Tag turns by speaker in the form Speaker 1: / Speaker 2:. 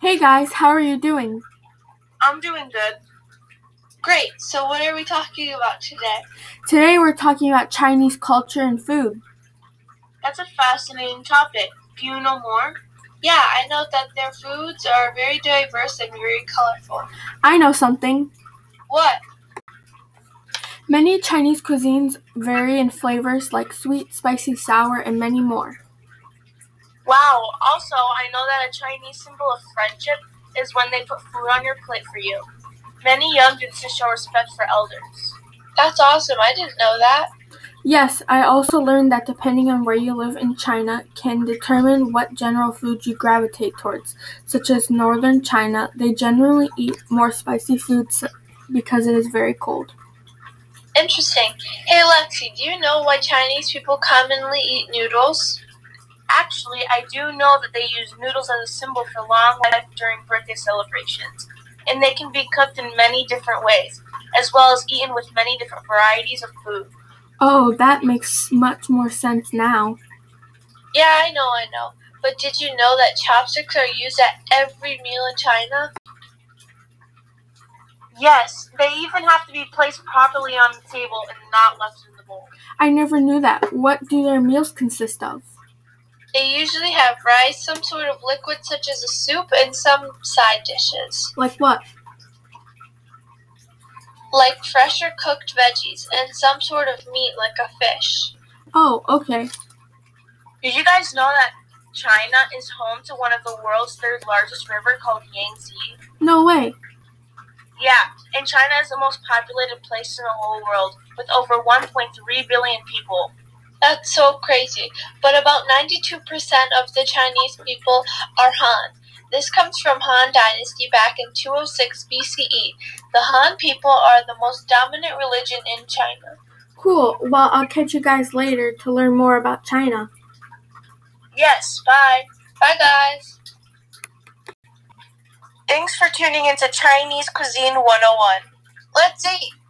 Speaker 1: Hey guys, how are you doing?
Speaker 2: I'm doing good. Great. So what are we talking about today?
Speaker 1: Today we're talking about Chinese culture and food.
Speaker 2: That's a fascinating topic. Do you know more? Yeah, I know that their foods are very diverse and very colorful.
Speaker 1: I know something.
Speaker 2: What?
Speaker 1: Many Chinese cuisines vary in flavors like sweet, spicy, sour, and many more.
Speaker 2: Wow. Also, I know that a Chinese symbol of friendship is when they put food on your plate for you. Many youngins to show respect for elders. That's awesome. I didn't know that.
Speaker 1: Yes, I also learned that depending on where you live in China can determine what general food you gravitate towards. Such as northern China, they generally eat more spicy foods because it is very cold.
Speaker 2: Interesting. Hey, Lexi, do you know why Chinese people commonly eat noodles? Actually, I do know that they use noodles as a symbol for long life during birthday celebrations, and they can be cooked in many different ways, as well as eaten with many different varieties of food.
Speaker 1: Oh, that makes much more sense now.
Speaker 2: Yeah, I know, I know. But did you know that chopsticks are used at every meal in China? Yes, they even have to be placed properly on the table and not left in the bowl.
Speaker 1: I never knew that. What do their meals consist of?
Speaker 2: They usually have rice, some sort of liquid such as a soup, and some side dishes,
Speaker 1: Like what?
Speaker 2: like fresh or cooked veggies, and some sort of meat like a fish.
Speaker 1: Oh, okay.
Speaker 2: Did you guys know that China is home to one of the world's third largest river called Yangtze?
Speaker 1: No way.
Speaker 2: Yeah, and China is the most populated place in the whole world, with over 1.3 billion people. That's so crazy. But about 92% of the Chinese people are Han. This comes from Han Dynasty back in 206 BCE. E. The Han people are the most dominant religion in China.
Speaker 1: Cool. Well, I'll catch you guys later to learn more about China.
Speaker 2: Yes, bye. Bye, guys. oh Thanks for tuning into Chinese Cuisine 101. Let's eat!